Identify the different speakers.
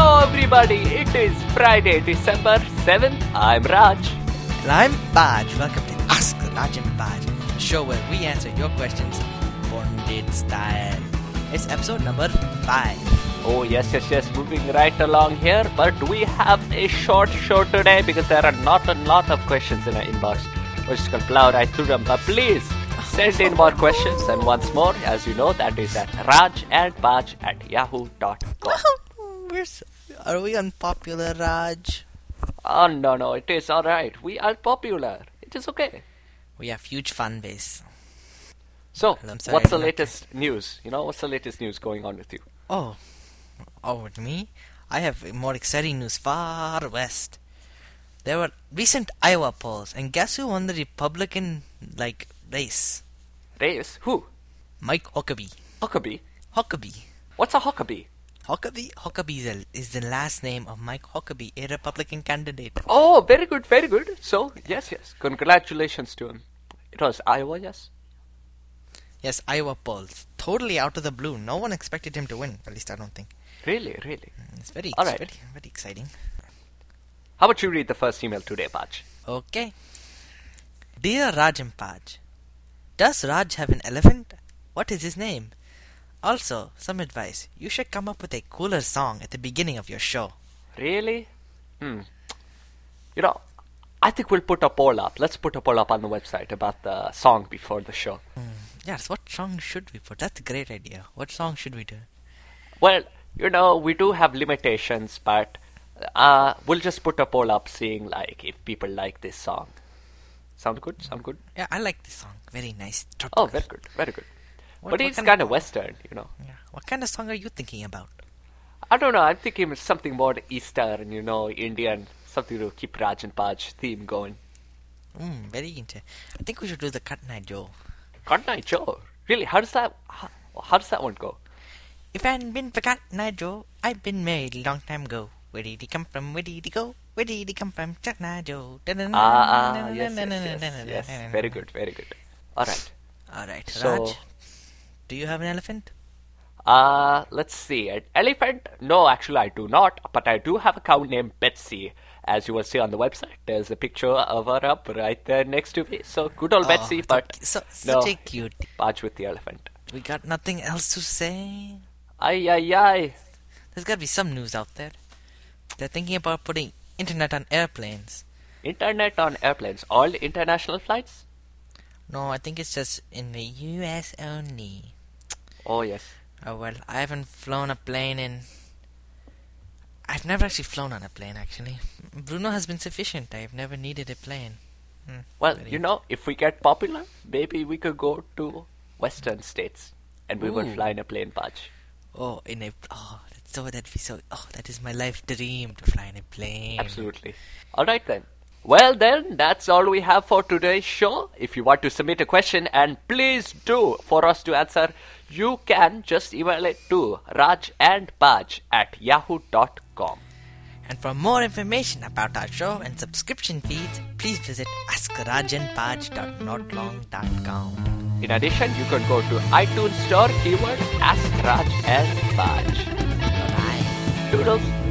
Speaker 1: everybody. It is Friday, December 7th. I'm Raj.
Speaker 2: And I'm Baj. Welcome to Ask Raj and Baj, a show where we answer your questions bonded style. It's episode number five.
Speaker 1: Oh, yes, yes, yes. Moving right along here. But we have a short show today because there are not a lot of questions in our inbox. We're just going to plow right through them. But please send in more questions. And once more, as you know, that is at Raj and Baj at yahoo.com.
Speaker 2: We're so, are we unpopular, Raj?
Speaker 1: Oh, no, no. It is all right. We are popular. It is okay.
Speaker 2: We have huge fan base.
Speaker 1: So,
Speaker 2: Well, I'm sorry
Speaker 1: what's the
Speaker 2: I did not-
Speaker 1: latest news? You know, what's the latest news going on with you?
Speaker 2: Oh, oh, with me? I have more exciting news far west. There were recent Iowa polls, and guess who won the Republican like race?
Speaker 1: Race? Who?
Speaker 2: Mike Huckabee.
Speaker 1: Huckabee?
Speaker 2: Huckabee.
Speaker 1: What's a Huckabee?
Speaker 2: Huckabee. Huckabee is, a, is the last name of Mike Huckabee, a Republican candidate.
Speaker 1: Oh, very good, very good. So, yes, yes. Congratulations to him. It was Iowa, yes?
Speaker 2: Yes, Iowa polls. Totally out of the blue. No one expected him to win. At least I don't think.
Speaker 1: Really, really.
Speaker 2: It's very,
Speaker 1: All
Speaker 2: it's
Speaker 1: right.
Speaker 2: very, very exciting.
Speaker 1: How about you read the first email today, Paj?
Speaker 2: Okay. Dear Raj and Paj, does Raj have an elephant? What is his name? Also, some advice. You should come up with a cooler song at the beginning of your show.
Speaker 1: Really? Hmm. You know, I think we'll put a poll up. Let's put a poll up on the website about the song before the show.
Speaker 2: Hmm. Yes, what song should we put? That's a great idea. What song should we do?
Speaker 1: Well, you know, we do have limitations, but uh, we'll just put a poll up seeing like if people like this song. Sound good? Sound good?
Speaker 2: Yeah, I like this song. Very nice.
Speaker 1: Oh,
Speaker 2: tropical.
Speaker 1: very good, very good.
Speaker 2: What-
Speaker 1: but
Speaker 2: what
Speaker 1: it's
Speaker 2: kind of-
Speaker 1: kind of western, you know.
Speaker 2: Yeah. What kind of song are you thinking about?
Speaker 1: I don't know. I'm thinking it's something more Eastern, you know, Indian, something to keep Raj and Paj theme going.
Speaker 2: Mm, very interesting. I think we should do the Cut Night Joe.
Speaker 1: Good night, Joe. Really? How does that? How, how does that one go?
Speaker 2: If I hadn't been for Cotton Eye Joe, I'd been married a long time ago. Where did he come from? Where did he go? Where did he come from? Cotton Eye Joe.
Speaker 1: Ah, ah, yes, yes, yes, yes. Very good, very good. All right.
Speaker 2: Alright,
Speaker 1: So-
Speaker 2: Raj. Do you have an elephant?
Speaker 1: Uh, let's see. An elephant? No, actually, I do not. But I do have a cow named Betsy. As you will see on the website, there's a picture of her up right there next to me. So good old
Speaker 2: Oh,
Speaker 1: Betsy,
Speaker 2: so
Speaker 1: but
Speaker 2: cu- so-
Speaker 1: no,
Speaker 2: such a cute.
Speaker 1: Paj with the elephant.
Speaker 2: We got nothing else to say.
Speaker 1: Ay, ay, ay.
Speaker 2: There's gotta be some news out there. They're thinking about putting internet on airplanes.
Speaker 1: Internet on airplanes. All international flights?
Speaker 2: No, I think it's just in the US only.
Speaker 1: Oh, yes.
Speaker 2: Oh well, I haven't flown a plane in. I've never actually flown on a plane, actually. Bruno has been sufficient. I've never needed a plane. Hmm,
Speaker 1: Well,
Speaker 2: very
Speaker 1: you know, if we get popular, maybe we could go to Western states and we will
Speaker 2: Ooh.
Speaker 1: fly in a plane, Paj.
Speaker 2: int- Oh, in a. Oh, that's so. That'd be so. Oh, that is my life dream to fly in a plane.
Speaker 1: Absolutely. All right then. Well then, that's all we have for today's show. If you want to submit a question, and please do for us to answer, you can just email it to Raj and Paj at yahoo.com.
Speaker 2: And for more information about our show and subscription feeds, please visit askarajanpaj.notlong.com.
Speaker 1: In addition, you can go to iTunes Store keyword Ask Raj and Paj.
Speaker 2: Bye bye.
Speaker 1: Toodles.